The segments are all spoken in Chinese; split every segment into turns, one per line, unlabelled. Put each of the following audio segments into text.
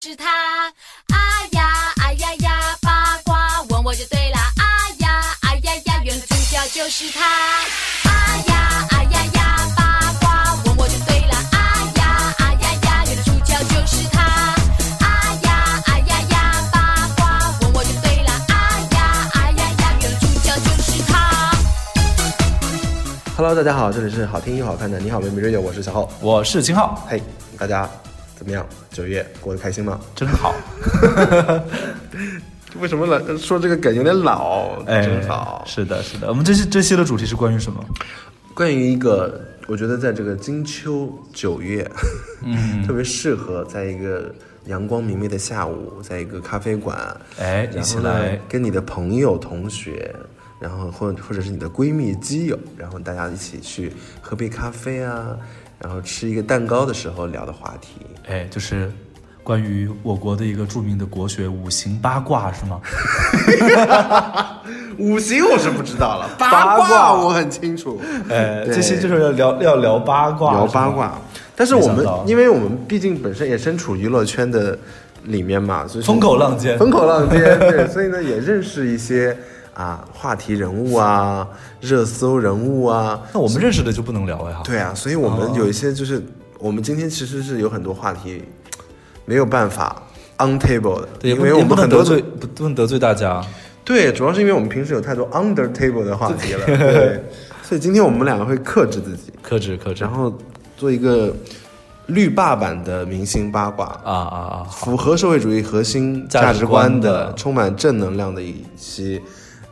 治它。啊呀啊呀呀，八卦问我就对啦。啊呀啊呀呀，原来主角就是他。啊呀啊呀呀，八卦问我就对啦。啊呀啊呀呀，原来主角就是他。啊呀啊呀呀，八卦问我就对啦。啊呀啊呀呀，原来主角就是他。
Hello，大家好，这里是好听又好看的你好妹妹 Radio，我是小浩。
我是秦昊，
嘿、大家怎么样？九月过得开心吗？
真好，
为什么老说这个梗有点老？
哎，
真好。
是的，是的。我们这期这期的主题是关于什么？
关于一个，我觉得在这个金秋九月，嗯， 特别适合在一个阳光明媚的下午，在一个咖啡馆，
哎
然后
一起
呢
来
跟你的朋友、同学，然后或或者是你的闺蜜、基友，然后大家一起去喝杯咖啡啊，然后吃一个蛋糕的时候聊的话题。
哎，就是关于我国的一个著名的国学五行八卦是吗？
五行我是不知道了，
八卦
我很清楚。
哎，
对
这期就是要聊要聊八卦，
聊
是吗
八。卦。但是我
没
们
想到，
因为我们毕竟本身也身处娱乐圈的里面嘛，所以
风口浪尖
风口浪尖，对，所以呢也认识一些啊话题人物啊、热搜人物啊，
那我们认识的就不能聊呀？
对啊，所以我们有一些就是、我们今天其实是有很多话题没有办法 on table 的，
对，也
因
不
为
也
我
不
们
能
很
得
多
罪，不不能得罪大家。
对，主要是因为我们平时有太多 under table 的话题了，对， 所以今天我们两个会克制自己。
克制克制
然后做一个绿霸版的明星八卦，
啊啊啊！
符合社会主义核心
价
价
值
值
观
观
的
的、充满正能量的一期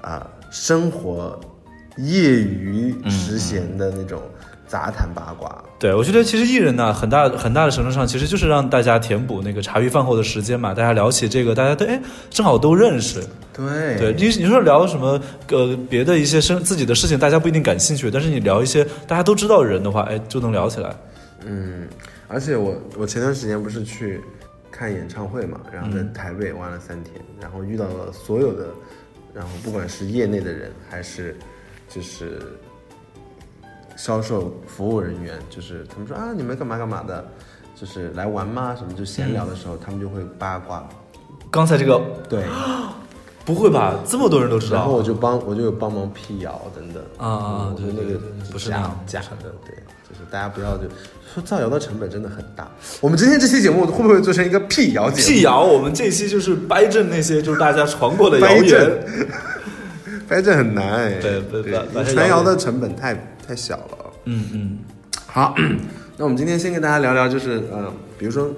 啊、生活业余时闲的那种杂谈八卦。
对，我觉得其实艺人呢，很大很大的程度上，其实就是让大家填补那个茶余饭后的时间嘛。大家聊起这个，大家都哎，正好都认识。
对
对你，你说聊什么呃别的一些生自己的事情，大家不一定感兴趣，但是你聊一些大家都知道的人的话，哎，就能聊起来。
嗯，而且我我前段时间不是去看演唱会嘛，然后在台北玩了三天，然后遇到了所有的，然后不管是业内的人还是就是销售服务人员，就是他们说啊你们干嘛干嘛的，就是来玩吗？什么就闲聊的时候，他们就会八卦，
刚才这个
对，
不会吧？这么多人都知
然后
道
我就帮我就有帮忙辟谣等等
啊啊
我觉
对
得那
对
个
对对不是那
假
样
假的，对，就是大家不要就说造谣的成本真的很大。我们今天这期节目会不会做成一个辟谣节目？
辟谣，我们这期就是掰正那些就是大家传过的谣
掰
言
正。，掰正 很难哎。
对对
对
掰掰正
传
谣
谣
言
的成本太太小了。啊
嗯嗯，
好， 那我们今天先跟大家聊聊，就是嗯、呃比如说，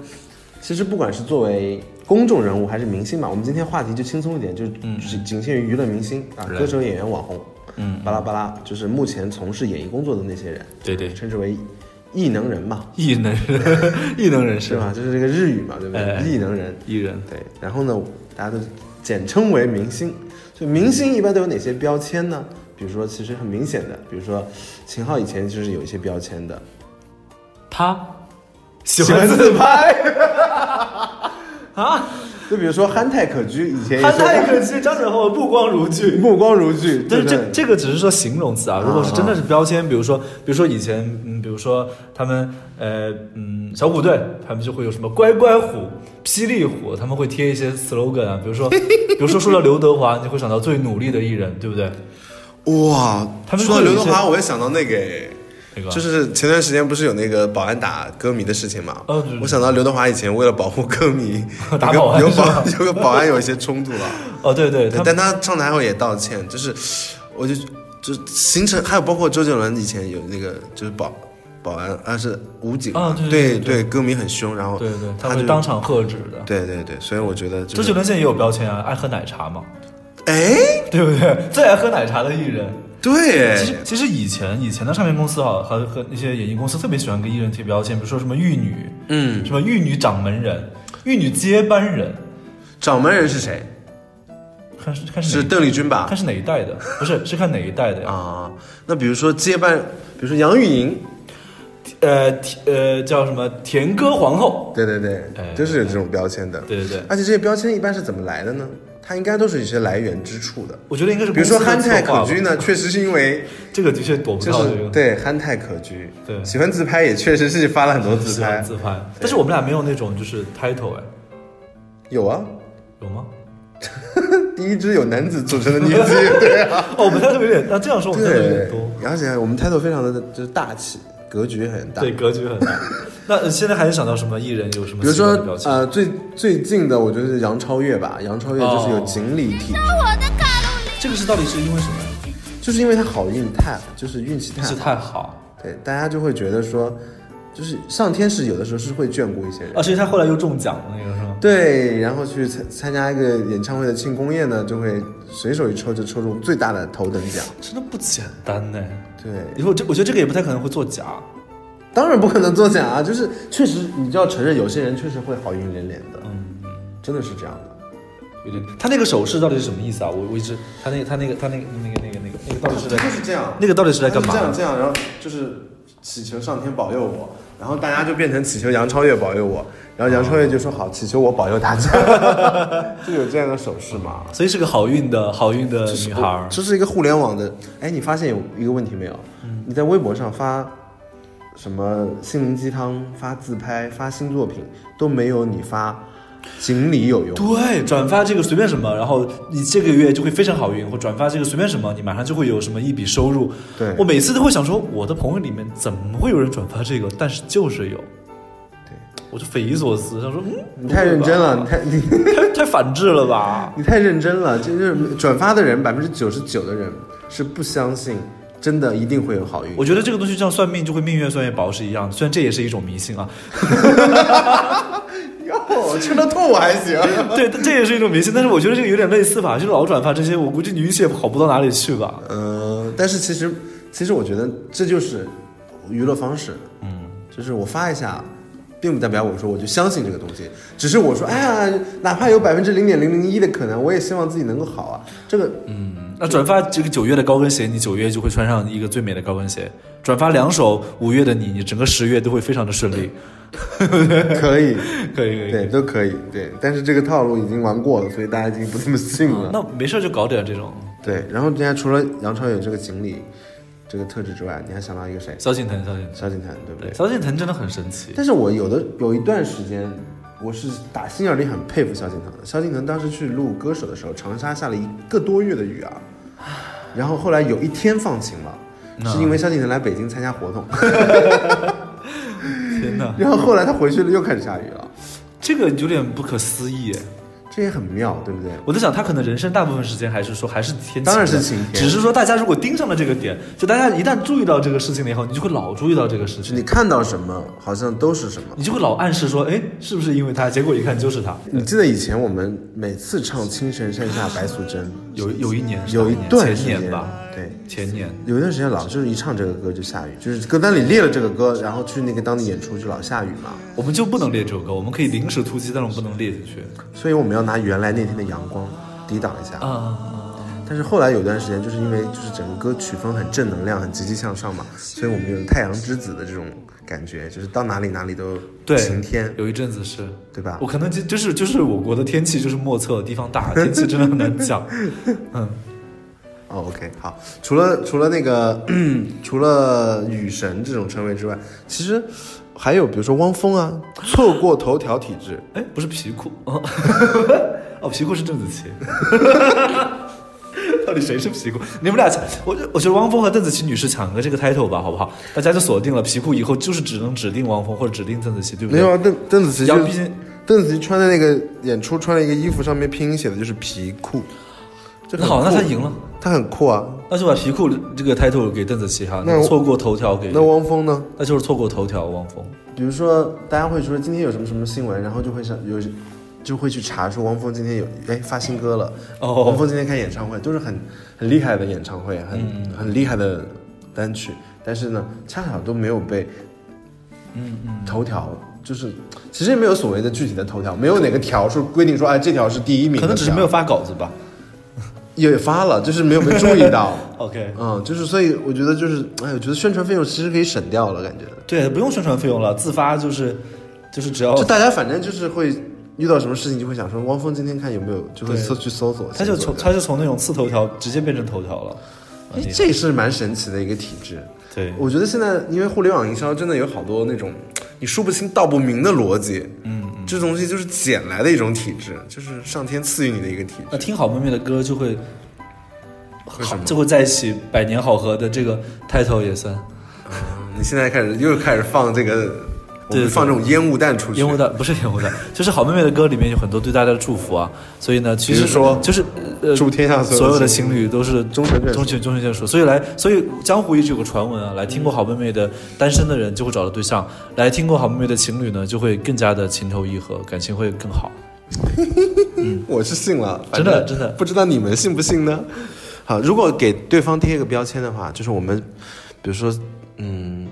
其实不管是作为公众人物还是明星嘛，我们今天话题就轻松一点，就
嗯
只仅限于娱乐明星啊，歌手、演员、网红，嗯，巴拉巴拉，就是目前从事演艺工作的那些人，
对对，
称之为艺能人嘛，
异能异能人
是
士，
吧？就是这个日语嘛，对不
哎
对？艺能人，
艺人
对，然后呢，大家都简称为明星。就明星一般都有哪些标签呢？比如说，其实很明显的，比如说秦昊以前就是有一些标签的，
他 喜欢自
拍。
啊，
就比如说憨态可掬，以前也
憨
是
态可掬，张子浩目光如炬。
目光如炬，对
但是
不
这
对？
这个只是说形容词啊，如果是真的是标签，比如说，比如说以前，嗯，比如说他们，呃，嗯，小虎队，他们就会有什么乖乖虎、霹雳虎，他们会贴一些 slogan 啊，比如说， 比如说说到刘德华，你会想到最努力的艺人，对不对？
哇
他们会有一些
我也想到那个诶。
那个
就是前段时间不是有那个保安打歌迷的事情嘛？
哦对对对，
我想到刘德华以前为了保护歌迷
打保安
有
是吧
保有个保安有一些冲突啊了。
哦，对对，他
对，
们
但他上台后也道歉，就是我就就形成，还有包括周杰伦以前有那个就是保保安啊是武警嘛
啊对对
对
对
歌迷很凶，然后
对对，他
他就
会当场喝止的。
对对对，所以我觉得
周
就
杰
是
伦现在也有标签啊，爱喝奶茶嘛，
哎
对不对？最爱喝奶茶的艺人，其实
对
其实以前以前的唱片公司哈、和和一些演艺公司特别喜欢给艺人贴标签，比如说什么玉女，
嗯，
什么玉女掌门人、玉女接班人，
掌门人是谁？
看是看是
是
哪
邓丽君吧
看？是哪一代的？不是是看哪一代的呀？
啊，那比如说接班，比如说杨钰莹，
呃田呃叫什么田歌皇后？
对对对
哎，
都是有这种标签的。
对对对，
而且这些标签一般是怎么来的呢？它应该都是有一些来源之处的。
我觉得应该是
比如说
公司
憨
的
态
策
可
划吧
掬，呢，确实是因为
这个的确躲不
就
掉这
是
个。
对憨态可掬，
对
喜欢自拍也确实是发了很多自
喜欢
拍，
自拍，但是我们俩没有那种就是 title 哎，
有啊，
有吗？
第一支有男子组成的年纪， 对啊，
哦，我们态度有点，那这样说我们态度有点
对
多，，
而且我们态度非常的就是大气，格局很大。
对，格局 很大。那呃现在还能想到什么艺人有什么
比如
奇
说
怪的表情？
呃，最最近的我觉得是杨超越吧，杨超越
哦
就是有锦鲤体质，
这个是到底是因为什么？
就是因为她好运太，就是运气太
是
好，
太好，
对，大家就会觉得说，就是上天是有的时候是会眷顾一些人。
啊，所以他后来又中奖了，那个是吗？
对，然后去参参加一个演唱会的庆功宴呢，就会随手一抽就抽中最大的头等奖。
真的不简单呢。
对，
以后这我觉得这个也不太可能会作假，
当然不可能作假啊， 就是确实你就要承认，有些人确实会好运连连的，
嗯，
真的是这样的。
有点。他那个手势到底是什么意思啊？我我一直他那个他那个他那个那个那个那个那个到底是在
就是这样，
那个到底是在干嘛
他就这样这样，然后就是祈求上天保佑我，然后大家就变成祈求杨超越保佑我，然后杨超越就说好，祈求我保佑大家， 就有这样的手势嘛。
所以是个好运的好运的女孩儿，
这是一个互联网的，哎，你发现有一个问题没有？嗯你在微博上发什么心灵鸡汤、发自拍、发新作品，都没有你发锦鲤有用。
对，转发这个随便什么，然后你这个月就会非常好运，或转发这个随便什么，你马上就会有什么一笔收入。
对
我每次都会想说，我的朋友里面怎么会有人转发这个？但是就是有，
对
我就匪夷所思，想说，嗯，
你太认真了，你太 你？
不会吧， 太太反智了吧
你太认真了，就是转发的人百分之九十九的人是不相信真的一定会有好运。
我觉得这个东西就像算命，就会命越算越薄是一样的，虽然这也是一种迷信啊，
哟，吃了吐我还行。
对，这也是一种迷信，但是我觉得这个有点类似吧，就是老转发这些，我估计你运气也好不到哪里去吧。
嗯，但是其实其实我觉得这就是娱乐方式，嗯，就是我发一下，并不代表我说我就相信这个东西，只是我说哎呀，哪怕有百分之零点零零一的可能，我也希望自己能够好啊。这个
嗯那转发这个九月的高跟鞋，你九月就会穿上一个最美的高跟鞋；转发两首五月的你，你整个十月都会非常的顺利。
可以，
可以可以。
对，都可以，对。但是这个套路已经玩过了，所以大家已经不这么信了。
啊那没事就搞点这种
对，然后人家除了杨超越这个锦鲤这个特质之外，你还想到一个谁？
萧敬腾，萧敬腾，
萧敬腾，对不对
对，？萧敬腾真的很神奇。
但是我有的有一段时间，我是打心眼里很佩服萧敬腾的。萧敬腾当时去录歌手的时候，长沙下了一个多月的雨啊，然后后来有一天放晴了，是因为萧敬腾来北京参加活动，
天哪，
然后后来他回去了又开始下雨了，
这个有点不可思议耶。
这也很妙，对不对？
我在想，他可能人生大部分时间还是说还是天晴的，
当然是晴天
只是说大家如果盯上了这个点，就大家一旦注意到这个事情了以后，你就会老注意到这个事
就
情，
你看到什么，好像都是什么。
你就会老暗示说，哎，是不是因为他？结果一看就是他。
你记得以前我们每次唱《青城山下白素贞
有有一年》，是哪
有
一
一
年
段时
前
间
年吧，
对，
前年。
有一段时间老就是一唱这个歌就下雨，就是歌单里列了这个歌，然后去那个当地演出就老下雨嘛。
我们就不能列这首歌，我们可以临时突击，但是我们不能列进去。
所以我们要拿原来那天的阳光抵挡一下。
啊、
但是后来有段时间，就是因为就是整个歌曲风很正能量，很积极向上嘛，所以我们有太阳之子的这种感觉，就是到哪里哪里都
对，
晴天，
有一阵子是，
对吧
我？可能就就是就是我国的天气就是莫测，地方大，天气真的很难 讲。嗯，
哦，OK，好。除了除了那个 除了雨神这种称谓之外，其实还有比如说汪峰啊，错过头条体质，
哎，不是皮裤，哦， 哦皮裤是邓紫棋。 到底谁是皮裤？你们俩，我我觉得汪峰和邓紫棋女士抢个这个 title 吧，好不好？大家就锁定了皮裤，以后就是只能指定汪峰或者指定邓紫棋，对不
没
对？
有啊，邓邓紫棋
要
就
毕竟
邓紫棋穿的那个演出穿了一个衣服，上面拼音写的就是皮裤，就
那
很
好，那
酷
他赢了，
他很酷啊。
那就把皮裤这个 title 给邓紫棋哈，
那我
错过头条给
那汪峰呢？
那就是错过头条汪峰。
比如说，大家会说今天有什么什么新闻，然后就会想有，就会去查说汪峰今天有哎发新歌了，
哦
汪峰今天开演唱会，都是很很厉害的演唱会，很、
嗯
很厉害的单曲，但是呢，恰巧都没有被，嗯嗯，头条就是其实也没有所谓的具体的头条，没有哪个条是规定说哎这条是第一名的条，
可能只是没有发稿子吧。
也发了，就是没有被注意到，
OK，
嗯，就是所以我觉得就是哎，我觉得宣传费用其实可以省掉了，感觉。
对，不用宣传费用了，自发就是就是只要
就大家反正就是会遇到什么事情就会想说，汪峰今天看有没有，就会
对
搜去搜索。
他就
搜
从
索
他就从那种次头条直接变成头条了。
哎，这是蛮神奇的一个体制。
对
我觉得现在因为互联网营销真的有好多那种你说不清道不明的逻辑，嗯嗯，这东西就是捡来的一种体质，就是上天赐予你的一个体
那
质。
听好妹妹的歌就会好
什么
就会在一起，百年好合的这个 title 也算
你现在开始又开始放这个，我
嗯对对
们放这种烟雾弹出去，
烟雾弹， 不是烟雾弹，就是好妹妹的歌里面有很多对大家的祝福啊。所以呢，其
比
实
如说
就是呃，
祝天下所有的
所有的
情
情侣都是
终成眷属
终成终成眷属。所以来，所以江湖一直有个传闻啊，来听过好妹妹的单身的人就会找到对象，来听过好妹妹的情侣呢，就会更加的情投意合，感情会更好。
我是信了，
真的真的
不知道你们信不信呢？好，如果给对方贴一个标签的话，就是我们，比如说，嗯，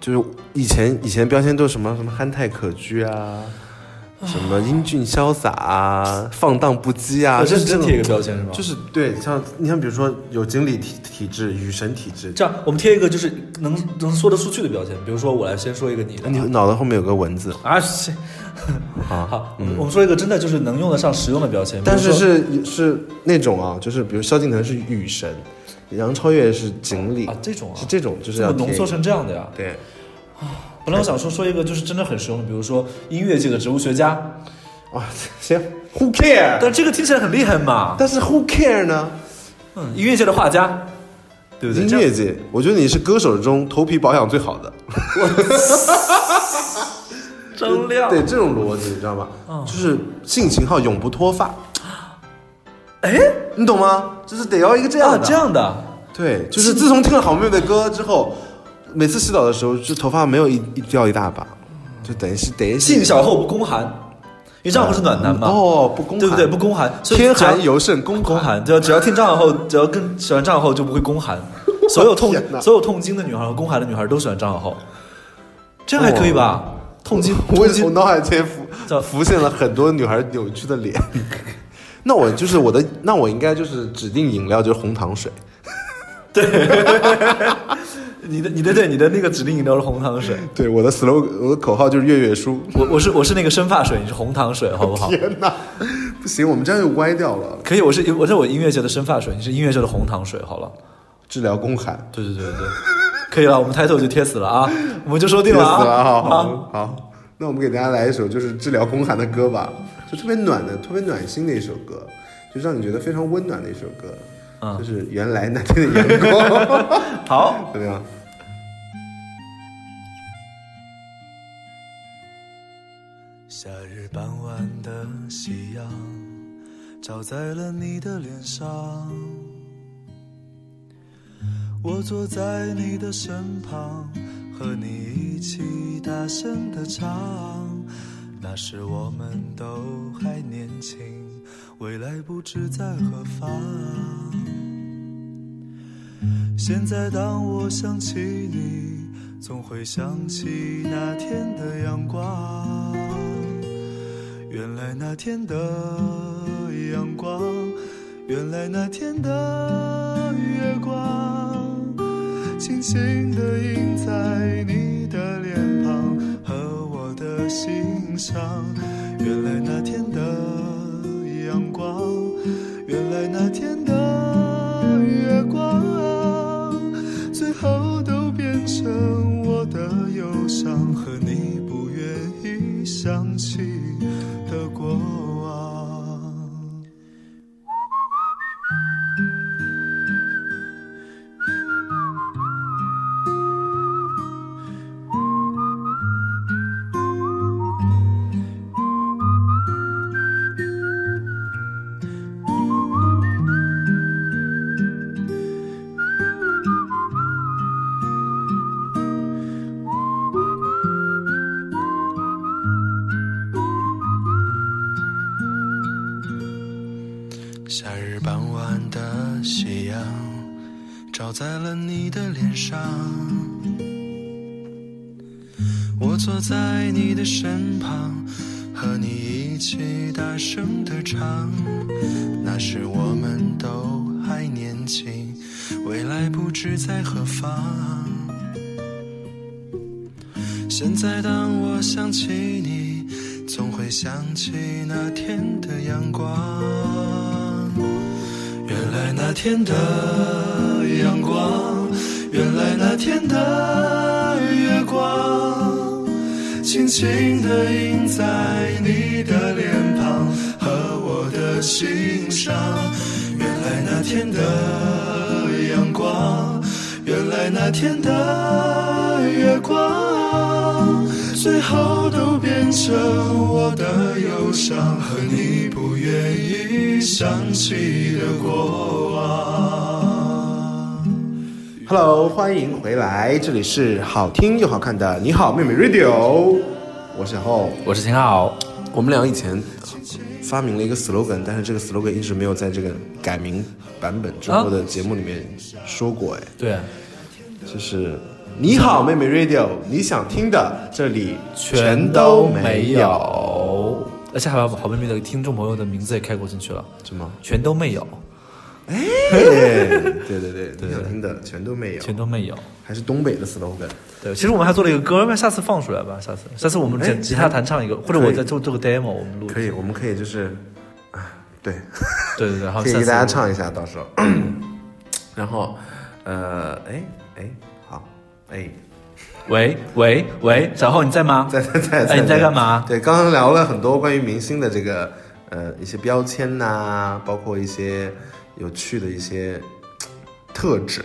就是以前以前标签都是什么什么憨态可掬啊，什么英俊潇洒啊，放荡不羁啊，
我
就
这
是是这
真
种
贴一个标签是吗？
就是对，像你像比如说有经理体体质、雨神体质，
这样，我们贴一个就是能能说得出去的标签，比如说我来先说一个你的啊，
你脑袋后面有个文字
啊，是
啊，
好，我们我们说一个真的就是能用得上实用的标签，
但
比
是
如说
是是那种啊，就是比如萧敬腾是雨神，杨超越是锦鲤
啊这种啊
是这种，就是
怎
要
么浓缩
贴
成这样的呀？
对，
本来我想说说一个就是真的很实用的，比如说音乐界的植物学家，
啊，行，Who care？但
但这个听起来很厉害嘛。
但是 Who care 呢？
嗯，音乐界的画家，对不对？
音
这样
乐界，我觉得你是歌手中头皮保养最好的，
张亮，嗯
对这种逻辑你知道吗？就是性情好，永不脱发，
哎
你懂吗？就是得要一个这样
啊
的，
这样的，
对，就是自从听了好妹妹的歌之后，每次洗澡的时候，就头发没有一一掉一大把，就等于是得于是
嗯性小后不宫寒，因为张小后是暖男嘛，
哦，不公
对不对？不
公，
宫寒，所以
天
只要
寒尤胜公
宫寒，只要只要听张小后，只要跟喜欢张小后就不会 宫寒。所有痛
天哪
所有痛经的女孩和宫寒的女孩都喜欢张小后，这样还可以吧？痛经，
哦 我
痛
我
经
脑海间 浮
叫
浮现了很多女孩扭曲的脸。 那我就是我的，那我应该就是指定饮料就是红糖水。
你的你的对你的那个指定饮料是红糖水，
对，我的 slogan，我的口号就是月月舒。
我我是我是那个生发水，你是红糖水，好不好？
天哪，不行，我们这样就歪掉了。
可以，我是我是我音乐界的生发水，你是音乐界的红糖水，好了。
治疗宫寒，
对对对对， 可以了，我们 title 就贴死了啊，我们就说定
憋死
了啊。
了，好
啊
好好。那我们给大家来一首就是治疗宫寒的歌吧，就特别暖的、特别暖心的一首歌，就让你觉得非常温暖的一首歌。
嗯
就是原来那天的阳光，
好，
怎么样？
夏日傍晚的夕阳，照在了你的脸上。我坐在你的身旁，和你一起大声的唱。那时我们都还年轻，未来不知在何方。现在当我想起你，总会想起那天的阳光。原来那天的阳光，原来那天的月光，轻轻地映在你的脸庞和我的心上。原来那天的阳光，原来那天的月光，啊最后都变成我的忧伤和你不愿意想起的过往。夏日傍晚的夕阳，照在了你的脸上。我坐在你的身旁，和你一起大声的唱。那时我们都还年轻，未来不知在何方。现在当我想起你，总会想起那天的阳光。原来那天的阳光，原来那天的月光，
轻轻地印在你的脸庞和我的心上。原来那天的阳光，原来那天的月光，最后都变成我的忧伤和你不愿意想起的过往。
Hello，欢迎回来，这里是好听又好看的你好妹妹 Radio，我是后。
我是秦昊，
我们俩以前发明了一个 slogan，但是这个 slogan 一直没有在这个改名版本之后的节目里面说过，哎，
对，
就是你好妹妹 Radio，你想听的这里
全
都
都
没
没有，而且还把好妹妹的听众朋友的名字也开过进去了，
什么？
全都没有，
对对对对，你想听的全都没有，
全都没有。
还是东北的 slogan。
对，其实我们还做了一个歌，要不然下次放出来吧？下次，下次我们
哎
吉吉他弹唱一个，或者
可以
我再做做个 demo，我们录。
可以，我们可以就是，啊，对，
对对对，然后
可以
下
给
次
大家唱一下，到时候。 然后，呃，哎哎，好，哎，
喂喂喂，小浩你在吗？
在在在，
哎，你在干嘛？
对，刚刚聊了很多关于明星的这个呃一些标签呐、包括一些有趣的一些嘖特质，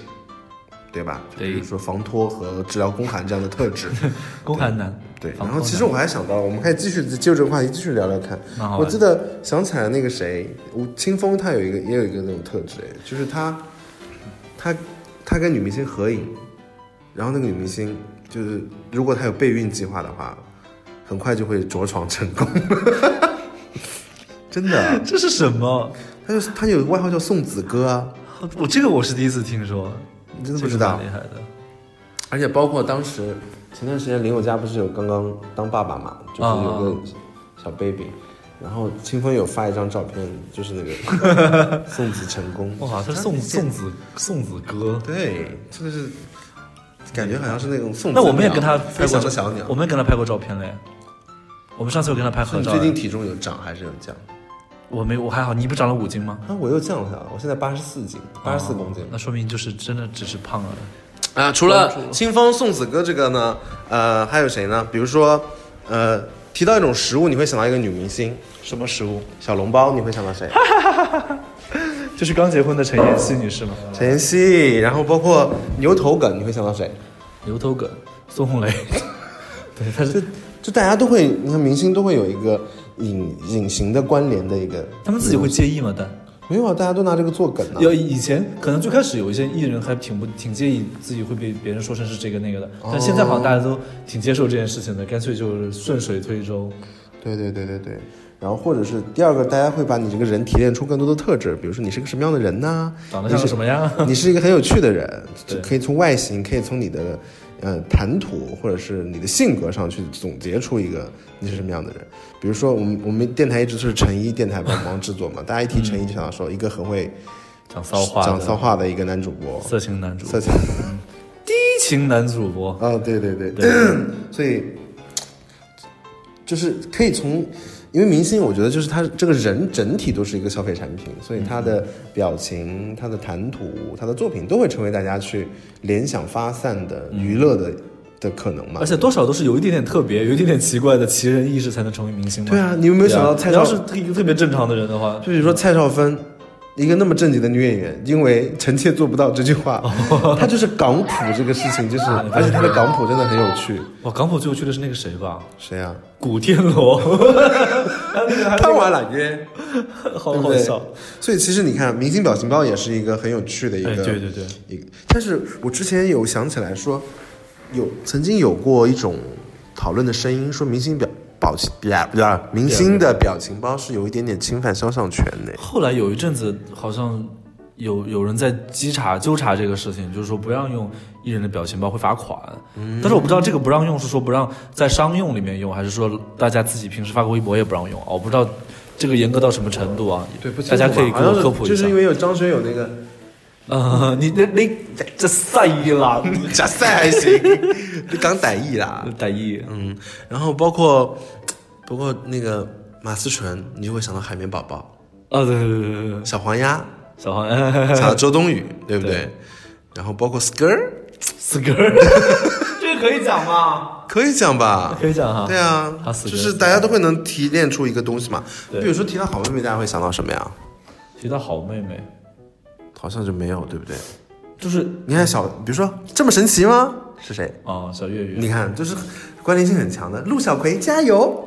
对吧？就比如
对
说防脱和治疗宫寒这样的特质。
公寒男。
对，
防
然
空
后其实我还想到，我们可以继续就这个话题继续聊聊看
蛮好。玩
我记得想起来那个谁，吴青峰，他有一个也有一个那种特质，哎，就是他，他他跟女明星合影，然后那个女明星就是如果她有备孕计划的话，很快就会着床成功， 真的，啊
这是什么？
他就是他有个外号叫送子哥啊，
我这个我是第一次听说，
你真的
这
不知
个
道
蛮厉害的。
而且包括当时前段时间林宥嘉不是有刚刚当爸爸嘛，就是有
嗯
个小 baby，、然后清风有发一张照片，就是那 个送子成功，
哇，他是送送子送子哥。
对，真的是感觉好像是那种送子
那
鸟。
我们也跟他
飞
拍过
翔的小鸟
我。们也跟他拍过照片嘞。我们上次有跟他拍
所
合
以你
照
最
嘞。
近体重有涨还是有降？
我没我还好，你不长了五斤吗？
啊，我又降了下来，我现在八十四斤，八十四公斤。
那说明就是真的只是胖了。
啊，除了清风送子哥这个呢，呃，还有谁呢？比如说，呃，提到一种食物，你会想到一个女明星，
什么食物？
小笼包，你会想到谁？
就是刚结婚的陈妍希女士吗？
陈妍希，然后包括牛头梗，你会想到谁？
牛头梗，孙红雷。 对，他
就是就大家都会，你看明星都会有一个隐隐形的关联的一个，
他们自己会介意吗？但
没有啊，大家都拿这个做梗呢、
要以前可能最开始有一些艺人还挺不挺介意自己会被别人说成是这个那个的，但现在好像大家都挺接受这件事情的，干脆就是顺水推舟。
对对对对对。然后或者是第二个，大家会把你这个人提炼出更多的特质，比如说你是个什么样的人呐、
长得像个什么样啊？
你是一个很有趣的人，就
对
可以从外形，可以从你的呃谈吐或者是你的性格上去总结出一个你是什么样的人。比如说我们我们电台一直是陈一电台帮忙制作嘛，大家一提陈一就想到说一个很会
讲骚话，
讲骚，话的一个男主播，
色情男主，
色情
低情男主播。
啊，对对对，
对，
所以就是可以从，因为明星，我觉得就是他这个人整体都是一个消费产品，所以他的表
嗯
情、他的谈吐、他的作品都会成为大家去联想发散的娱乐的、的可能嘛
而。且多少都是有一点点特别，有一点点奇怪的奇人异事才能成为明星嘛。
对啊，你有没有想到
对啊
蔡
你
少？
要是一个特别正常的人的话，
就比如说蔡少芬，一个那么正经的女演员，因为臣妾做不到这句 话，她就是港普这个事情，就是
啊
而且她的港普真的很有趣。
哇，港普最有趣的是那个谁吧，
谁啊？
古天乐，还有那个还有
贪玩揽月。
那个 好
哦对不
好
对
笑。
所以其实你看，明星表情包也是一个很有趣的一个，
哎对对对
一个。但是我之前有想起来说，有曾经有过一种讨论的声音，说明星表表情表表明星的表情包是有一点点侵犯肖像权的。
后来有一阵子，好像有有人在稽查纠查这个事情，就是说不让用艺人的表情包会罚款。
嗯
但是我不知道这个不让用是说不让在商用里面用，还是说大家自己平时发个微博也不让用啊？我不知道这个严格到什么程度啊？大家可以给我科普一下。
就是因为有张学友那个
呃，你你你这赛一啦，
假赛还行，你讲歹意啦，
大意。
嗯，然后包括包括那个马思纯，你就会想到海绵宝宝、
啊，对对对对对，
小黄鸭，
小哎黄
想到周冬雨，对不对？
对
然后包括 skr，
死根儿，这个可以讲吗？
可以讲吧？
可以讲哈
对啊
他，死
就是
神
大家都会能提炼出一个东西嘛。
对
比如说提到好妹妹，大家会想到什么呀？
提到好妹妹，
好像就没有，对不对？
就是
你看小，比如说这么神奇吗？是谁？
啊、小岳岳，
你看，就是关联性很强的。陆小葵加油，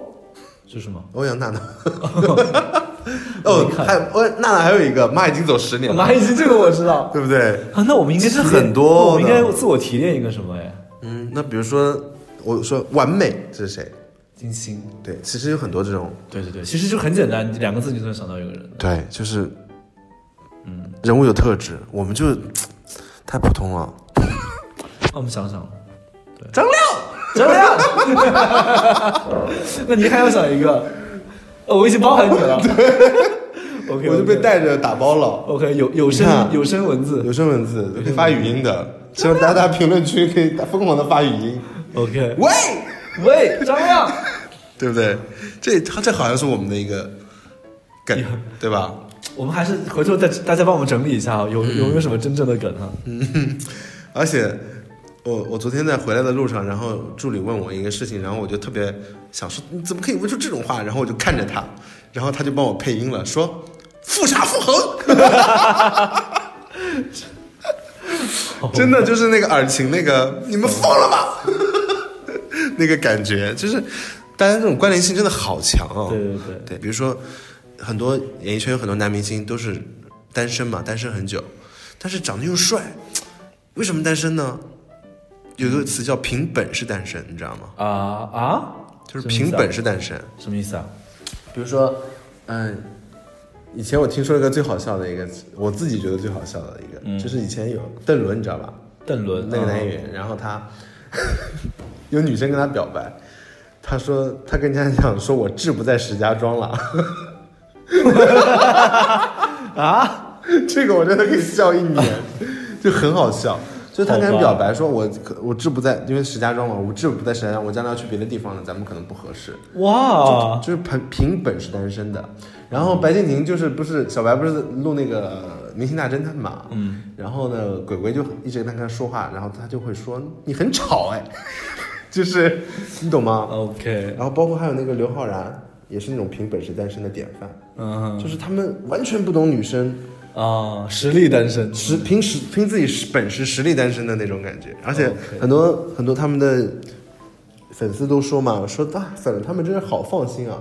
是什么？
欧阳 娜娜。哦，还有欧阳娜娜还有一个，妈已经走十年了，
蚂蚁金这个我知道
对不对？
啊，那我们应该
其实
提炼
很多
那我们应该
的
自我提炼一个什么？哎，
嗯，那比如说我说完美是谁？
金星。
对，其实有很多这种，
对对对，其实就很简单，两个字你就能想到一个人。
对，就是，嗯，人物有特质，我们就太普通了。
哦那我们想想，
张亮，
真的呀？ 那你还要想一个？哦，我已经包含你了。OK，
我就被。带着打包了。
OK，有有
你
声
看啊
有声文
有
字。
声文字可以发语音的，希望大家评论区可以疯狂的发语音。
OK，
喂，
喂，张亮，
对不对？这这好像是我们的一个梗，对吧？
我们还是回头再大家帮我们整理一下啊，
嗯
有有没有什么真正的梗啊哈？
而且我我昨天在回来的路上，然后助理问我一个事情，然后我就特别想说，你怎么可以问出这种话？然后我就看着他，然后他就帮我配音了，说复查复 横。真的就是那个尔晴那个，你们疯了吧？ 那个感觉就是，大家这种关联性真的好强哦。
对对对，
对，比如说很多演艺圈有很多男明星都是单身嘛，单身很久，但是长得又帅，为什么单身呢？有一个词叫“凭本事单身”，你知道吗？
啊啊，
就是凭本事单身。
什么意思啊？
比如说，嗯，以前我听说一个最好笑的一个，我自己觉得最好笑的一个，就是以前有邓伦，你知道吧？
邓伦啊
那个男演员，然后他 有女生跟他表白，他说他跟人家讲说我志不在石家庄了。
啊，
这个我真的可以笑一年， 就很好笑。就他跟人
好吧
表白说我可，我志不在，因为石家庄嘛，我志不在石家庄，我将来要去别的地方了，咱们可能不合适。
哇，
就是凭凭本事单身的。然后白敬亭就是不是小白不是录那个《明星大侦探》嘛，嗯，然后呢，鬼鬼就一直跟他跟他说话，然后他就会说你很吵哎， 就是你懂吗？
OK，
然后包括还有那个刘昊然，也是那种凭本事单身的典范，
嗯
就是他们完全不懂女生，
啊，实力单身，
实凭实凭自己实本事实力单身的那种感觉，而且
哦 OK
很多很多他们的粉丝都说嘛，说啊，反正他们真是好放心啊。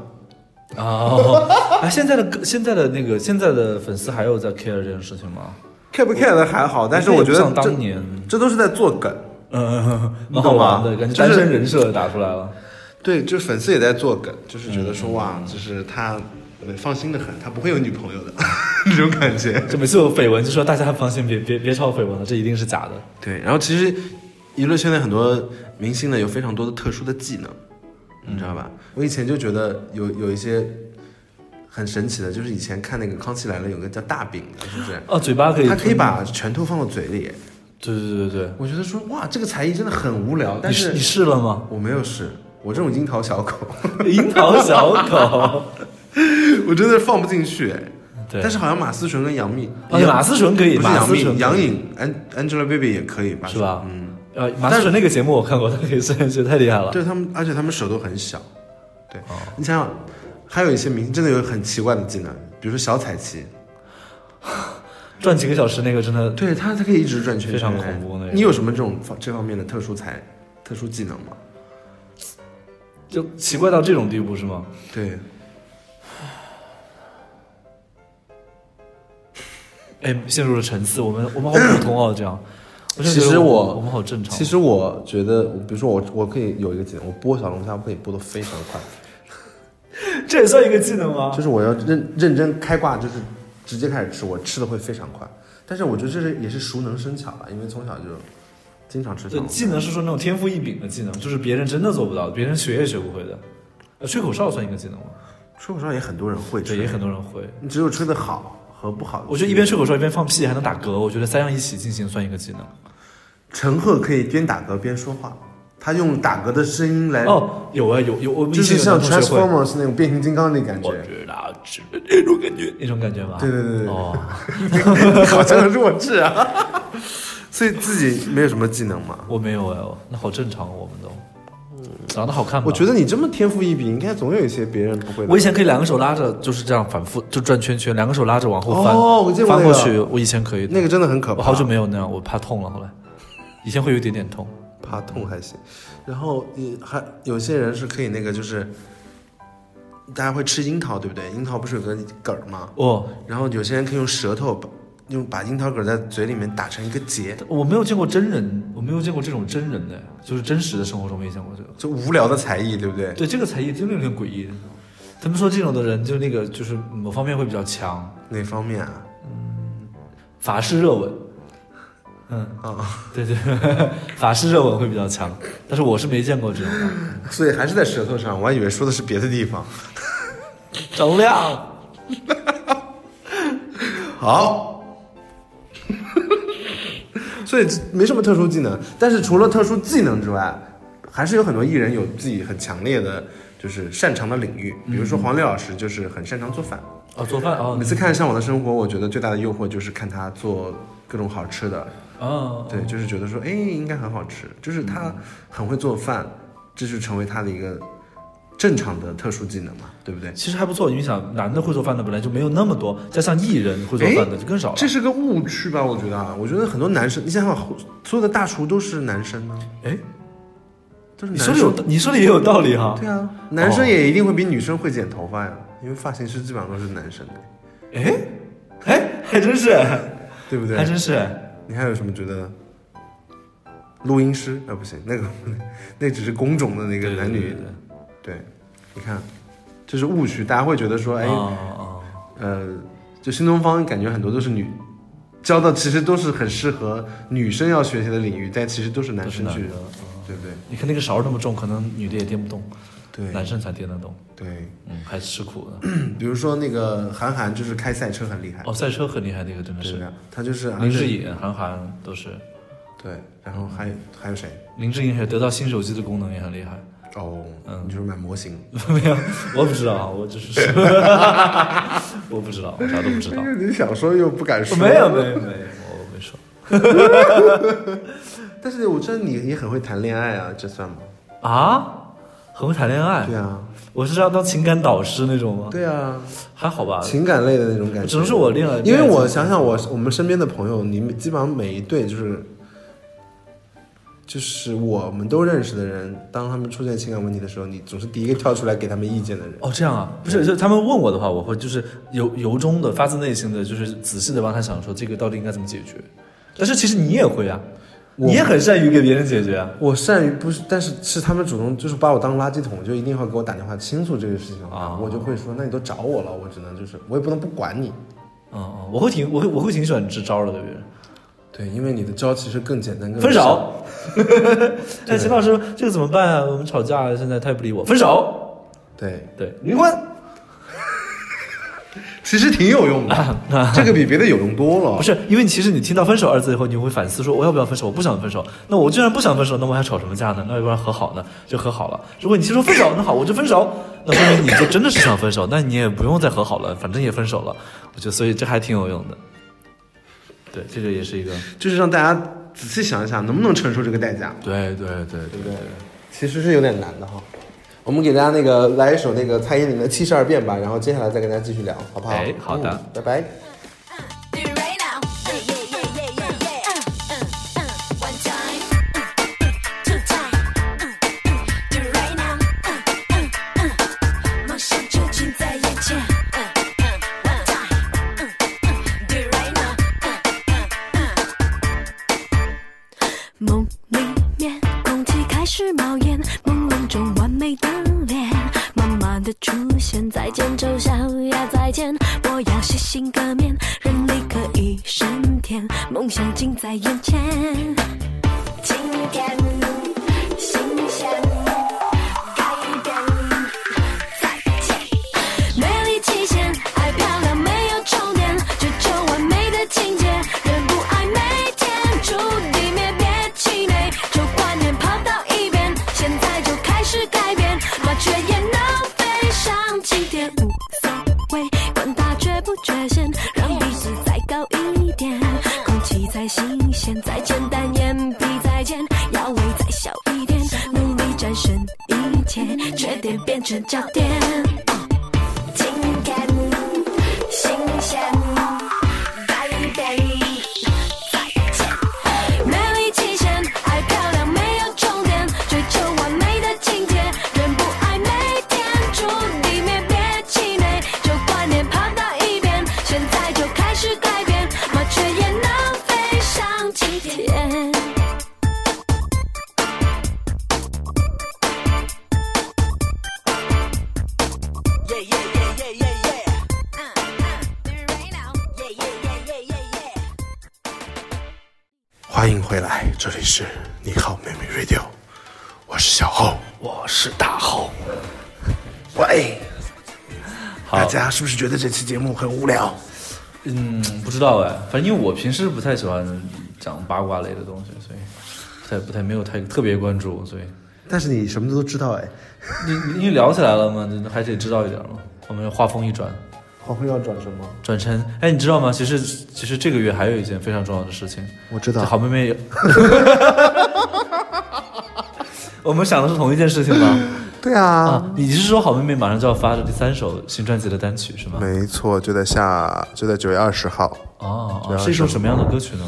哦，哎，现在的歌现在的那个现在的粉丝还有在 care 这件事情吗？
care 不 care 的还好，但是我觉得
也不像
这
当年
这都是在做梗，
嗯，
你懂
蛮好
呃吗
玩的，感觉
就是
单身人设打出来了。
对，就是粉丝也在做梗，就是觉得说哇，就是他呃放心的很，他不会有女朋友的 那种感觉。
就每次有绯闻，就说大家放心，别别别炒绯闻了，这一定是假的。
对，然后其实娱乐圈的很多明星呢，有非常多的特殊的技能，你知道吧？我以前就觉得有有一些很神奇的，就是以前看那个《康熙来了》，有个叫大饼的，是不是？
哦，嘴巴可以，
他可以，把拳头放到嘴里，
对对对对
我觉得说哇，这个才艺真的很无聊，
对，
但
你试
是
你试了吗？
我没有试，我这种樱桃小狗。
樱桃小 狗，
我真的放不进去。哎
对
但是好像马思纯跟杨幂，
哦
杨
马思纯可以
不是
马
杨
思纯可
幂，
以
杨颖安 Angelababy 也可以吧？
是吧？
嗯，
嗯，呃，马思纯那个节目我看过，他可以试一试，太厉害了。
对他们，而且他们手都很小。对，
哦
你想想，还有一些明星真的有很奇怪的技能，比如说小彩旗，
转几个小时那个真的，
对他他可以一直转圈圈，哎
非常恐怖那个
你有什么这种方这方面的特殊才、特殊技能吗？
就奇怪到这种地步是吗？
对，
哎，陷入了沉思。我们我们好普通哦，这样。真的觉得
其实我
我们好正常。
其实我觉得，比如说我我可以有一个技能，我剥小龙虾我可以剥得非常快，
这也算一个技能吗？
就是我要认认真开挂，就是直接开始吃，我吃的会非常快。但是我觉得这是也是熟能生巧啊了，因为从小就经常吃小
对，
龙
技
虾。
能是说那种天赋异禀的技能，就是别人真的做不到，别人学也学不会的。呃，吹口哨算一个技能吗？
吹口哨也很多人会
对，
吹，
也很多人会。
你只有吹的好和不好。
我觉得一边吹口哨一边放屁还能打嗝，我觉得三样一起进行算一个技能。
陈赫可以边打嗝边说话，他用打嗝的声音来，
哦，有啊，有有，我们
就
以前
是
有
像
男同学会。
Transformers 那种变形金刚那感
我
觉，
知道，知道那种哦感觉，那种感觉 吧。
对对对对
哦，
好像是我治啊。 所以自己没有什么技能 嘛。
我没有哎，我那好正常，我们都长得好看吗？
我觉得你这么天赋异禀，应该总有一些别人不会的。
我以前可以两个手拉着，就是这样反复就转圈圈，两个手拉着往后翻，
哦我见过
翻
那
过
个
去。我以前可以，
那个真的很可
我
怕，
好久没有那样，我怕痛了。后来，以前会有一点点痛。
怕痛还行。然后也还有些人是可以那个，就是大家会吃樱桃，对不对？樱桃不是有个梗儿吗？
哦，
然后有些人可以用舌头把用把樱桃梗在嘴里面打成一个结，
我没有见过真人，我没有见过这种真人的，就是真实的生活中没见过这个。
就无聊的才艺，对不对？
对，这个才艺真的有点诡异。他们说这种的人，就那个就是某方面会比较强，
哪方面啊？
法式热吻。嗯
哦
对 对，法式热吻会比较强，但是我是没见过这种的。
所以还是在舌头上，我还以为说的是别的地方。
张亮。
好， 所以没什么特殊技能，但是除了特殊技能之外，还是有很多艺人有自己很强烈的就是擅长的领域，比如说黄磊老师就是很擅长做饭。
哦，做饭哦
每，次看《向往的生活》，我觉得最大的诱惑就是看他做各种好吃的，
哦，
对，就是觉得说，哎，应该很好吃，就是他很会做饭，这就成为他的一个正常的特殊技能嘛，对不对？
其实还不错。你想，男的会做饭的本来就没有那么多，加上艺人会做饭的就更少了。
哎这是个误区吧？我觉得啊，我觉得很多男生，你想想，所有的大厨都是男生呢、
哎，
都是
你
男
说
生。
的有，你说的也有道理哦哈。
对啊，男生也一定会比女生会剪头发呀，因为发型师基本上都是男生的，
哎，哎，还真是，
对不对
还？真是。
你还有什么觉得？录音师啊，不行，那个 那只是工种的那个男女，
的，
对你看，这是误区，大家会觉得说，哎，
哦
呃，就新东方感觉很多都是女教的，其实都是很适合女生要学习的领域，但其实都是男生去，
的。
对不对？
你看那个勺那么重，可能女的也掂不动，
对
男生才掂得动。
对，
嗯，还吃苦呢。
比如说那个韩寒就是开赛车很厉害，
哦，赛车很厉害，那个真的
对
是。
的，他就是
林
而
志
且
颖、韩寒都是，
对，然后还有还有谁？
林志颖还得到新手机的功能也很 厉害。
哦，
嗯
你就是买模型，
没有，我不知道，我 只是说，我不知道，我啥都不知道。
你想说又不敢
没有，没有，没有，我没说
但是我觉得你也很会谈恋爱啊，这算吗？
啊。很会谈恋爱
对，啊，
我是要当情感导师那种吗？
对啊，
还嗯好吧，
情感类的那种感觉。
只能说我恋爱
因为
恋爱
我
经
想想我我们身边的朋友，你们基本上每一对就是就是我们都认识的人，当他们出现情感问题的时候，你总是第一个跳出来给他们意见的人。
哦，这样啊，不是，就他们问我的话，我会就是由由衷的、发自内心的，就是仔细的帮他想说这个到底应该怎么解决。但是其实你也会啊，
我
你也很善于给别人解决啊。
我善于不是，但是是他们主动，就是把我当垃圾桶，就一定会给我打电话倾诉这个事情的话
啊
我就会说，那你都找我了，我只能就是，我也不能不管你。
嗯嗯，我会挺我会我会挺喜欢支招的对别人。
对，因为你的招其实更简单，更
分
少
手。 哎，秦老师，这个怎么办啊？我们吵架了，现在他也不理我，分手。
对，
对，离婚。
其实挺有用的，这个比别的有用多了。
不是，因为其实你听到“分手”二字以后，你会反思说，我要不要分手？我不想分手。那我既然不想分手，那我还吵什么架呢？那要不然和好呢？就和好了。如果你先说分手，那好，我就分手。那说明你就真的是想分手，那你也不用再和好了，反正也分手了。我觉得，所以这还挺有用的。对，这个也是一个。
就是让大家仔细想一想，能不能承受这个代价？
对对对对对。
其实是有点难的哈。我们给大家那个来一首那个蔡依林的《七十二变》吧，然后接下来再跟大家继续聊，好不好？
哎好的
嗯拜拜。
Do it right now. Yeah, yeah, yeah, yeah, yeah, yeah. Uh, uh, uh. One time. Uh, uh, two time. Uh, uh. Do it right now. Uh, uh, uh. 马上就近在眼前。Uh, uh, one time. Uh, uh. Do it right now. Uh, uh, uh.
梦里面，空气开始冒烟，朦胧中完美的脸，慢慢的出现。再见，丑小鸭，再见，我要洗心革面，人力可以升天，梦想近在眼前。今天，新鲜，改变，
uh,
再见。美丽极限，爱漂亮没有终点，追求完美的境界，人不爱每天注定灭，别气馁，旧观念抛到一边，现在就开始改变，麻雀也能飞上青天，无所谓，管它缺不缺陷，让彼此再高一点，空气。在。才新鲜，再简单言必再见，腰围再小一点，努力战胜一切，缺点变成焦点。今天新鲜，改变，再见。美丽极限，爱漂亮没有终点，追求完美的境界，人不爱美，天诛地灭，别气馁，旧观念抛到一边，现在就开始改变，麻雀也能飞上青天。
Uh,
欢迎回来，这里是你好妹妹 Radio，我是小侯，我是大侯。喂，大家是不是觉得这期节目很无聊？
嗯，不知道哎，反正因为我平时不太喜欢讲八卦类的东西，所以不太不太没有太特别关注，所以
但是你什么都知道哎，
你你因为聊起来了嘛，你还得知道一点嘛。我们话锋一转，
黄昏要转什么？
转成哎，你知道吗？其实其实这个月还有一件非常重要的事情，
我知道
这好妹妹， 我们想的是同一件事 情吧？
对啊，
啊，你是说好妹妹马上就要发的第三首新专辑的单曲是吗？
没错，就在下，就在九月二十号。
哦，
要
哦是一首什么样的歌曲呢？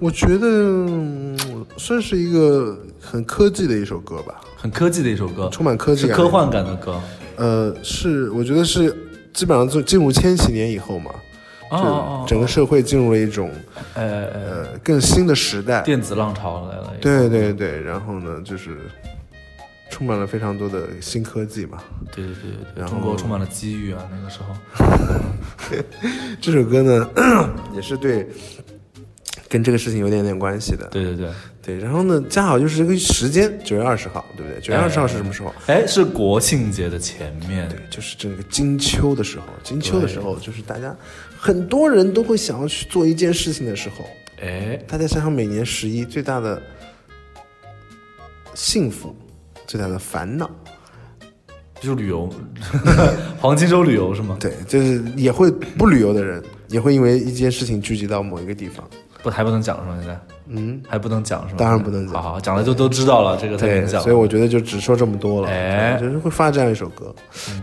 我觉得、嗯算是一个很科技的一首歌吧，
很科技的一首歌，
充满科技
是
感。
科幻感的歌。
呃，是我觉得是基本上就进入千禧年以后嘛，
哦哦
就整个社会进入了一种
哦，呃呃，
呃更新的时代。
电子浪潮来了。
对对对，然后呢，就是充满了非常多的新科技嘛。
对对对对对，
然后
中国充满了机遇啊，那个时候。
这首歌呢， 也是对跟这个事情有点点关系的。
对对对，
对，然后呢，恰好就是这个时间，九月二十号，对不对？九月二十号是什么时候？
哎，是国庆节的前面。
对，就是整个金秋的时候，金秋的时候，就是大家很多人都会想要去做一件事情的时候。
哎，
大家想想，每年十一最大的幸福，最大的烦恼，
就是旅游， 黄金周旅游是吗？
对，就是也会不旅游的人，也会因为一件事情聚集到某一个地方。
不，还不能讲是吗？现在，嗯，还不能讲是吗？
当然不能讲
好好，讲了就都知道了，这个才
对，
能讲。
所以我觉得就只说这么多了。
哎嗯
就是会发这样一首歌，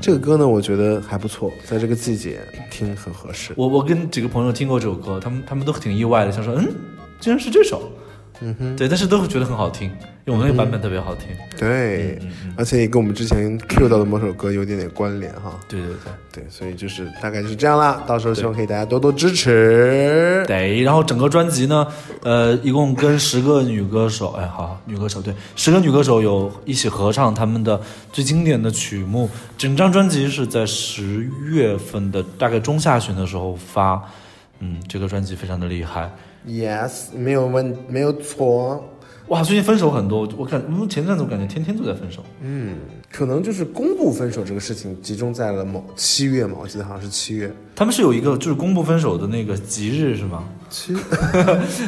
这个歌呢，我觉得还不错，在这个季节听很合适。
我我跟几个朋友听过这首歌，他们他们都挺意外的，想说，嗯，竟然是这首。嗯哼，对，但是都会觉得很好听，因为我们那个版
嗯
本特别好听。嗯
对，而且也跟我们之前 Q 到的某首歌有点点关联哈。
对对对，
对，所以就是大概就是这样啦。到时候希望可以大家多多支 持。
得。哎然后整个专辑呢，呃，一共跟十个女歌手，哎，好，女歌手对，十个女歌手有一起合唱他们的最经典的曲目。整张专辑是在十月份的大概中下旬的时候发，嗯，这个专辑非常的厉害。
Yes，没有问，没有错。哦
哇，最近分手很多，我我感，嗯，前阵子我感觉天天都在分手。
可能就是公布分手这个事情集中在了某七月嘛，我记得好像是七月。
他们是有一个就是公布分手的那个吉日是吗？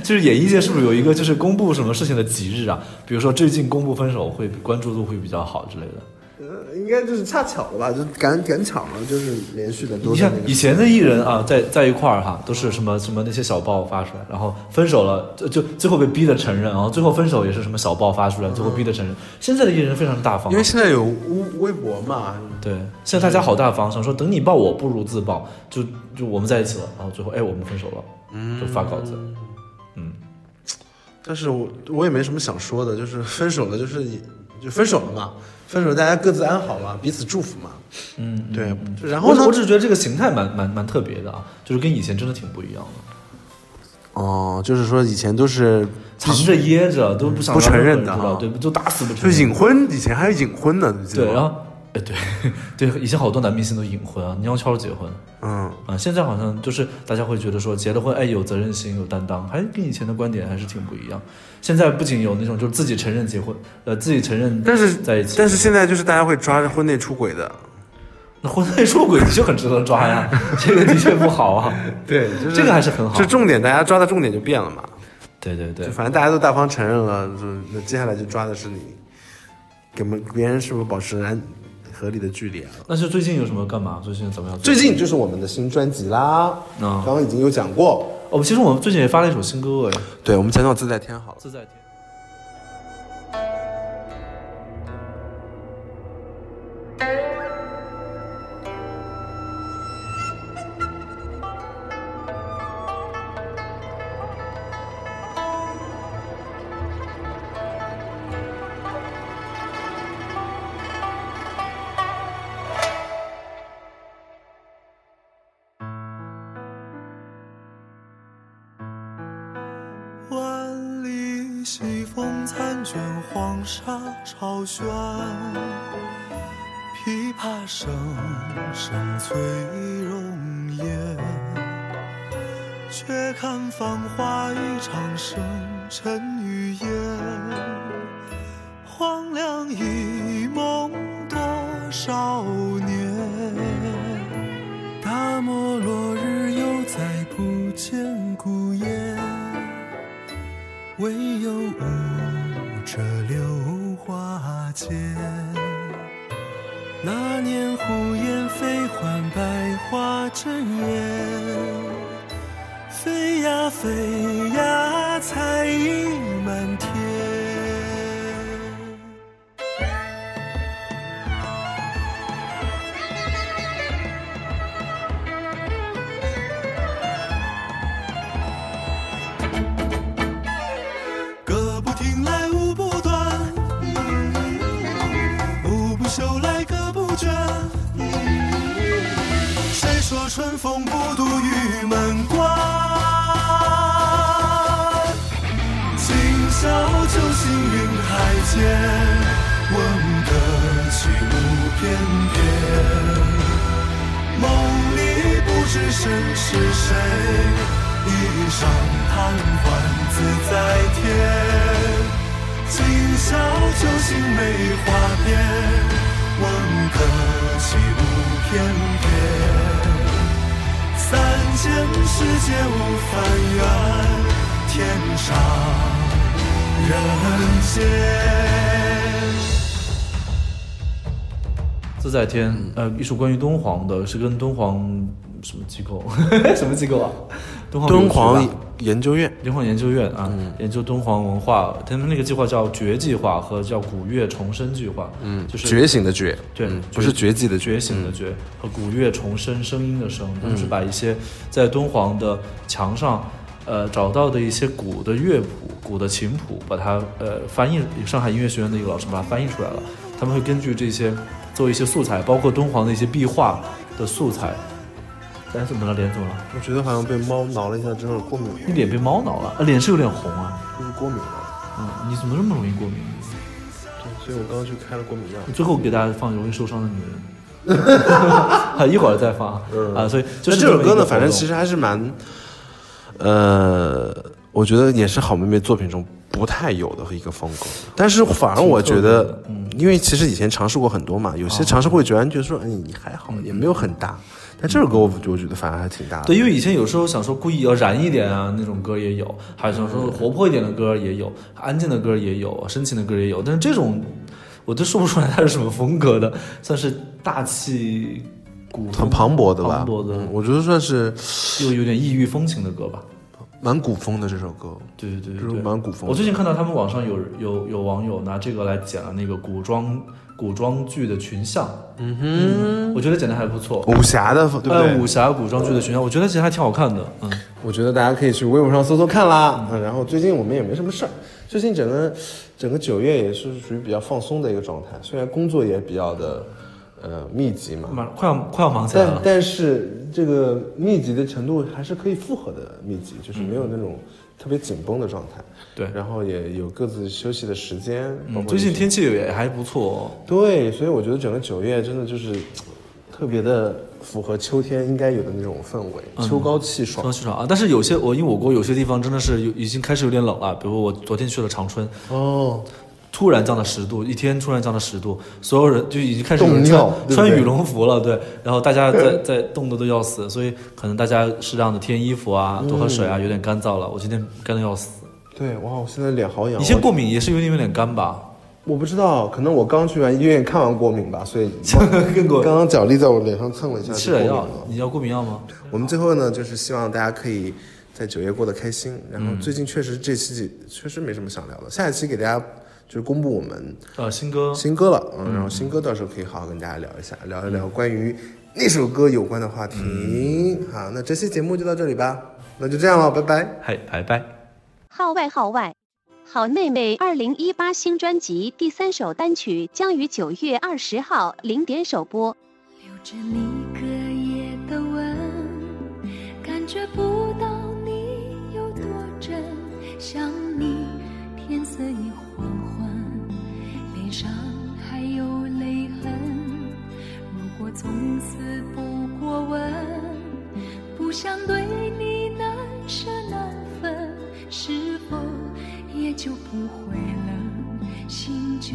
就是演艺界是不是有一个就是公布什么事情的吉日啊？比如说最近公布分手会关注度会比较好之类的。
呃，应该就是恰巧了吧，就赶赶巧了，就是连续的都
你
是
像
那个
以前的艺人啊，在在一块儿哈，都是什么什么那些小报发出来，然后分手了，就就最后被逼的承认，然后最后分手也是什么小报发出来，最后逼的承认。现在的艺人非常大方
嗯
啊
因，为现在有微微博嘛，
对，现在大家好大方，想说等你抱我不如自抱，就就我们在一起了，然后最后哎我们分手了，
嗯
就发稿子。
但是我我也没什么想说的，就是分手了，就是也就分手了嘛，分手大家各自安好嘛，彼此祝福嘛。嗯，对。就然后
我
呢
我？只是觉得这个形态蛮蛮蛮特别的啊，就是跟以前真的挺不一样的，
哦，就是说以前都是
藏着掖着都不
嗯
想
不
让
承
任何
认
人
的
知道
哈
对，就打死不承
就
认。
隐婚，以前还有隐婚呢，你记得
对，
吗
然后呃对对， 以前好多男明星都隐婚啊，你要悄着结婚
嗯，
啊，现在好像就是大家会觉得说结了婚，哎，有责任心，有担当，还跟以前的观点还是挺不一样。现在不仅有那种就是自己承认结婚，呃，自己承认
但是
在一起，
但是现在就是大家会抓着婚内出轨的，
那婚内出轨的确很值得 抓呀，这个的确不好啊。
对，就是
这个还是很好
就重点，大家抓的重点就变了嘛。
对对对
就，反正大家都大方承认了，就那接下来就抓的是你，跟们别人是不是保持安合理的距离啊？
那就最近有什么干嘛？最近怎么样？
最近就是我们的新专辑啦，
嗯
刚刚已经有讲过，
哦，其实我们最近也发了一首新歌哎，
对，我们讲讲自在天好了。
自在天。
万里西风残卷，黄沙超悬，琵琶声声催容颜。却看繁华一场，生尘与烟。荒凉一梦，多少年。大漠落日犹在，不见孤雁，唯有舞者榴花间。那年胡言非还，百花争艳，飞呀飞呀，彩翼满天。歌不停来舞不断，舞不休来歌不倦。谁说春风不度玉门关？今宵酒醒云海间，闻得起舞翩翩。梦里不知身是谁，一晌贪欢自在天。今宵酒醒梅花边，闻得起舞翩翩。三千世界无烦缘，天上人间。
自在天，
嗯
呃，一首关于敦煌的，是跟敦煌什么机构？ 什么机构啊？敦煌
敦
旅游
煌
局吧
研究院，
敦煌研究院啊，
嗯
研究敦煌文化，他们那个计划叫“觉计划”和叫“古乐重生计划”。嗯，就是
觉醒的觉，
对
嗯
觉
不是绝嗯技的
觉醒的觉和古乐重生声音的声，他们是把一些在敦煌的墙上，呃，找到的一些古的乐谱、古的琴谱，把它呃翻译，上海音乐学院的一个老师把它翻译出来了。他们会根据这些做一些素材，包括敦煌的一些壁画的素材。哎，怎么了，脸怎么了？
我觉得好像被猫挠了一下之后过敏了，
你脸被猫挠了，啊脸是有点红啊。
就是过敏了。
嗯，你怎么这么容易过敏？
对，所以我刚刚去开了过敏药。
最后给大家放容易受伤的女人， 啊，一会儿再放啊、啊，所以就
但嗯
是
这首
么一
歌
个
呢，
活
反正
动
其实还是蛮，呃，我觉得也是好妹妹作品中不太有的一个风格。但是反而我觉得，嗯因为其实以前尝试过很多嘛，有些尝试会觉得觉得说，哎，你还好，也没有很大。但这首歌我我觉得反而还挺大的。
对，因为以前有时候想说故意要燃一点啊，那种歌也有，还想说活泼一点的歌也有，安静的歌也有，深情的歌也有，但是这种我都说不出来它是什么风格的，算是大气古
很磅礴的吧？
磅礴的
嗯我觉得算是
又有点异域风情的歌吧。
蛮古风的这首歌。
对对对
就是
对，
蛮古风的
我最近看到他们网上有有有网友拿这个来剪了那个古装古装剧的群像，嗯哼，哦我觉得剪的还不错。
武侠的，对不对？
呃，武侠古装剧的群像，我觉得其实还挺好看的。嗯，
我觉得大家可以去微博上搜搜看啦。嗯，然后最近我们也没什么事儿，最近整个整个九月也是属于比较放松的一个状态，虽然工作也比较的呃密集嘛，
马快要快要忙起来
但
了。
但是这个密集的程度还是可以负荷的密集，就是没有那种特别紧绷的状态。
嗯对
然后也有各自休息的时间。包括
嗯，最近
一些
天气也还不错、哦。
对，所以我觉得整个九月真的就是呃特别的符合秋天应该有的那种氛围，
嗯
秋高气爽
说。市场啊，但是有些我因为我国有些地方真的是有已经开始有点冷了，比如我昨天去了长春，
哦，
突然降到十度，一天突然降到十度，所有人就已经开始有人
冻
穿
尿对不
穿
对
羽绒服了，对，然后大家在在冻得都要死，所以可能大家适当的添衣服啊，
嗯
多喝水啊，有点干燥了。我今天干的要死，
对，哇，我现在脸好痒。
你先过敏也是因为有点干 吧？
我不知道，可能我刚去完医院看完过敏吧， 所以更
过敏
刚刚脚力在我脸上蹭了一下，
吃
就过
点
敏
药
了，。
你要过敏药吗？
我们最后呢，就是希望大家可以在九月过得开心。然后最近确实这期确实没什么想聊的，下一期给大家就是公布我们
啊，新歌
新歌了，嗯，然后新歌到时候可以好好跟大家聊一下，聊一聊关于那首歌有关的话题。
嗯
好，那这期节目就到这里吧，那就这样了，拜拜。
嗨，拜拜。
号外号外！好妹妹二零一八新专辑第三首单曲将于九月二十号零点首播。
留着你隔夜的吻，感觉不到你有多真。想你，天色已黄昏，脸上还有泪痕。如果从此不过问，不想对你难舍难分，是否也就不会冷，心就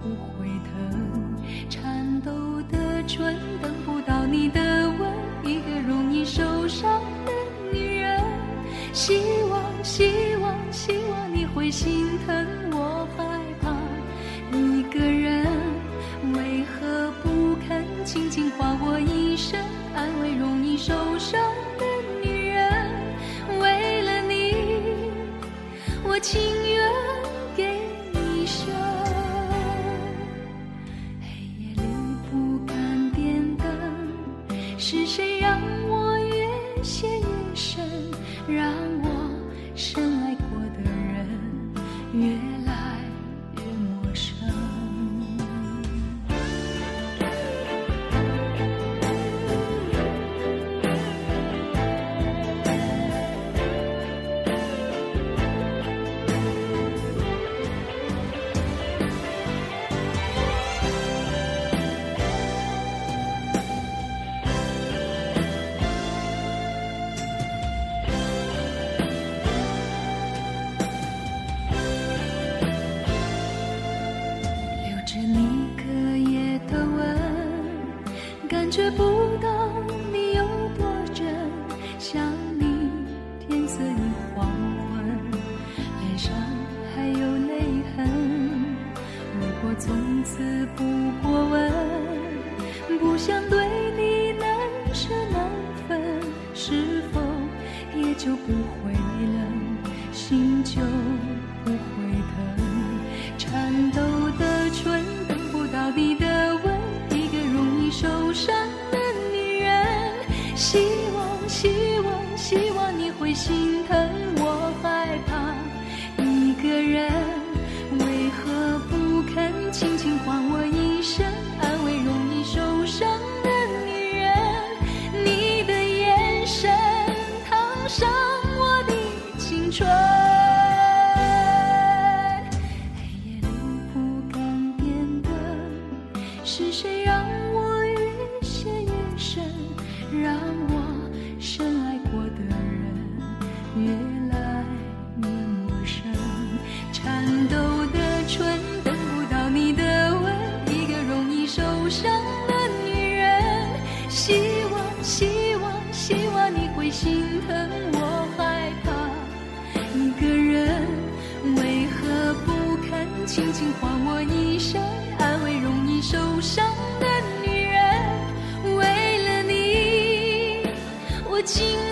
不会疼？颤抖的唇等不到你的吻，一个容易受伤的女人。希望，希望，希望你会心疼，我害怕一个人，为何不肯轻轻划我一身？安慰容易受伤的女人，为了你，我情愿给你一生。黑夜里不敢点灯，是谁让我越陷越深？让我深爱过的人越来越陌生。留着你隔夜的吻，感觉不到你有多真。想你，天色已黄昏，脸上还有泪痕。如果从此不过问，不想对你难舍难分，是否也就不会冷，心就不会疼？颤抖的唇等不到你的吻，一个容易受伤的女人。希望，希望，希望你会心疼，我害怕一个人，为何不肯轻轻还我一生？安慰容易受伤的女人，你的眼神烫伤我的青春。黑夜里不敢点灯，是谁让我越陷越深？让我深爱过的人越来越陌生。颤抖的唇等不到你的吻，一个容易受伤的女人。希望，希望，希望你会心疼，我害怕。一个人，为何不肯轻轻还我一生？安慰容易受伤的女人，为了你，我情愿。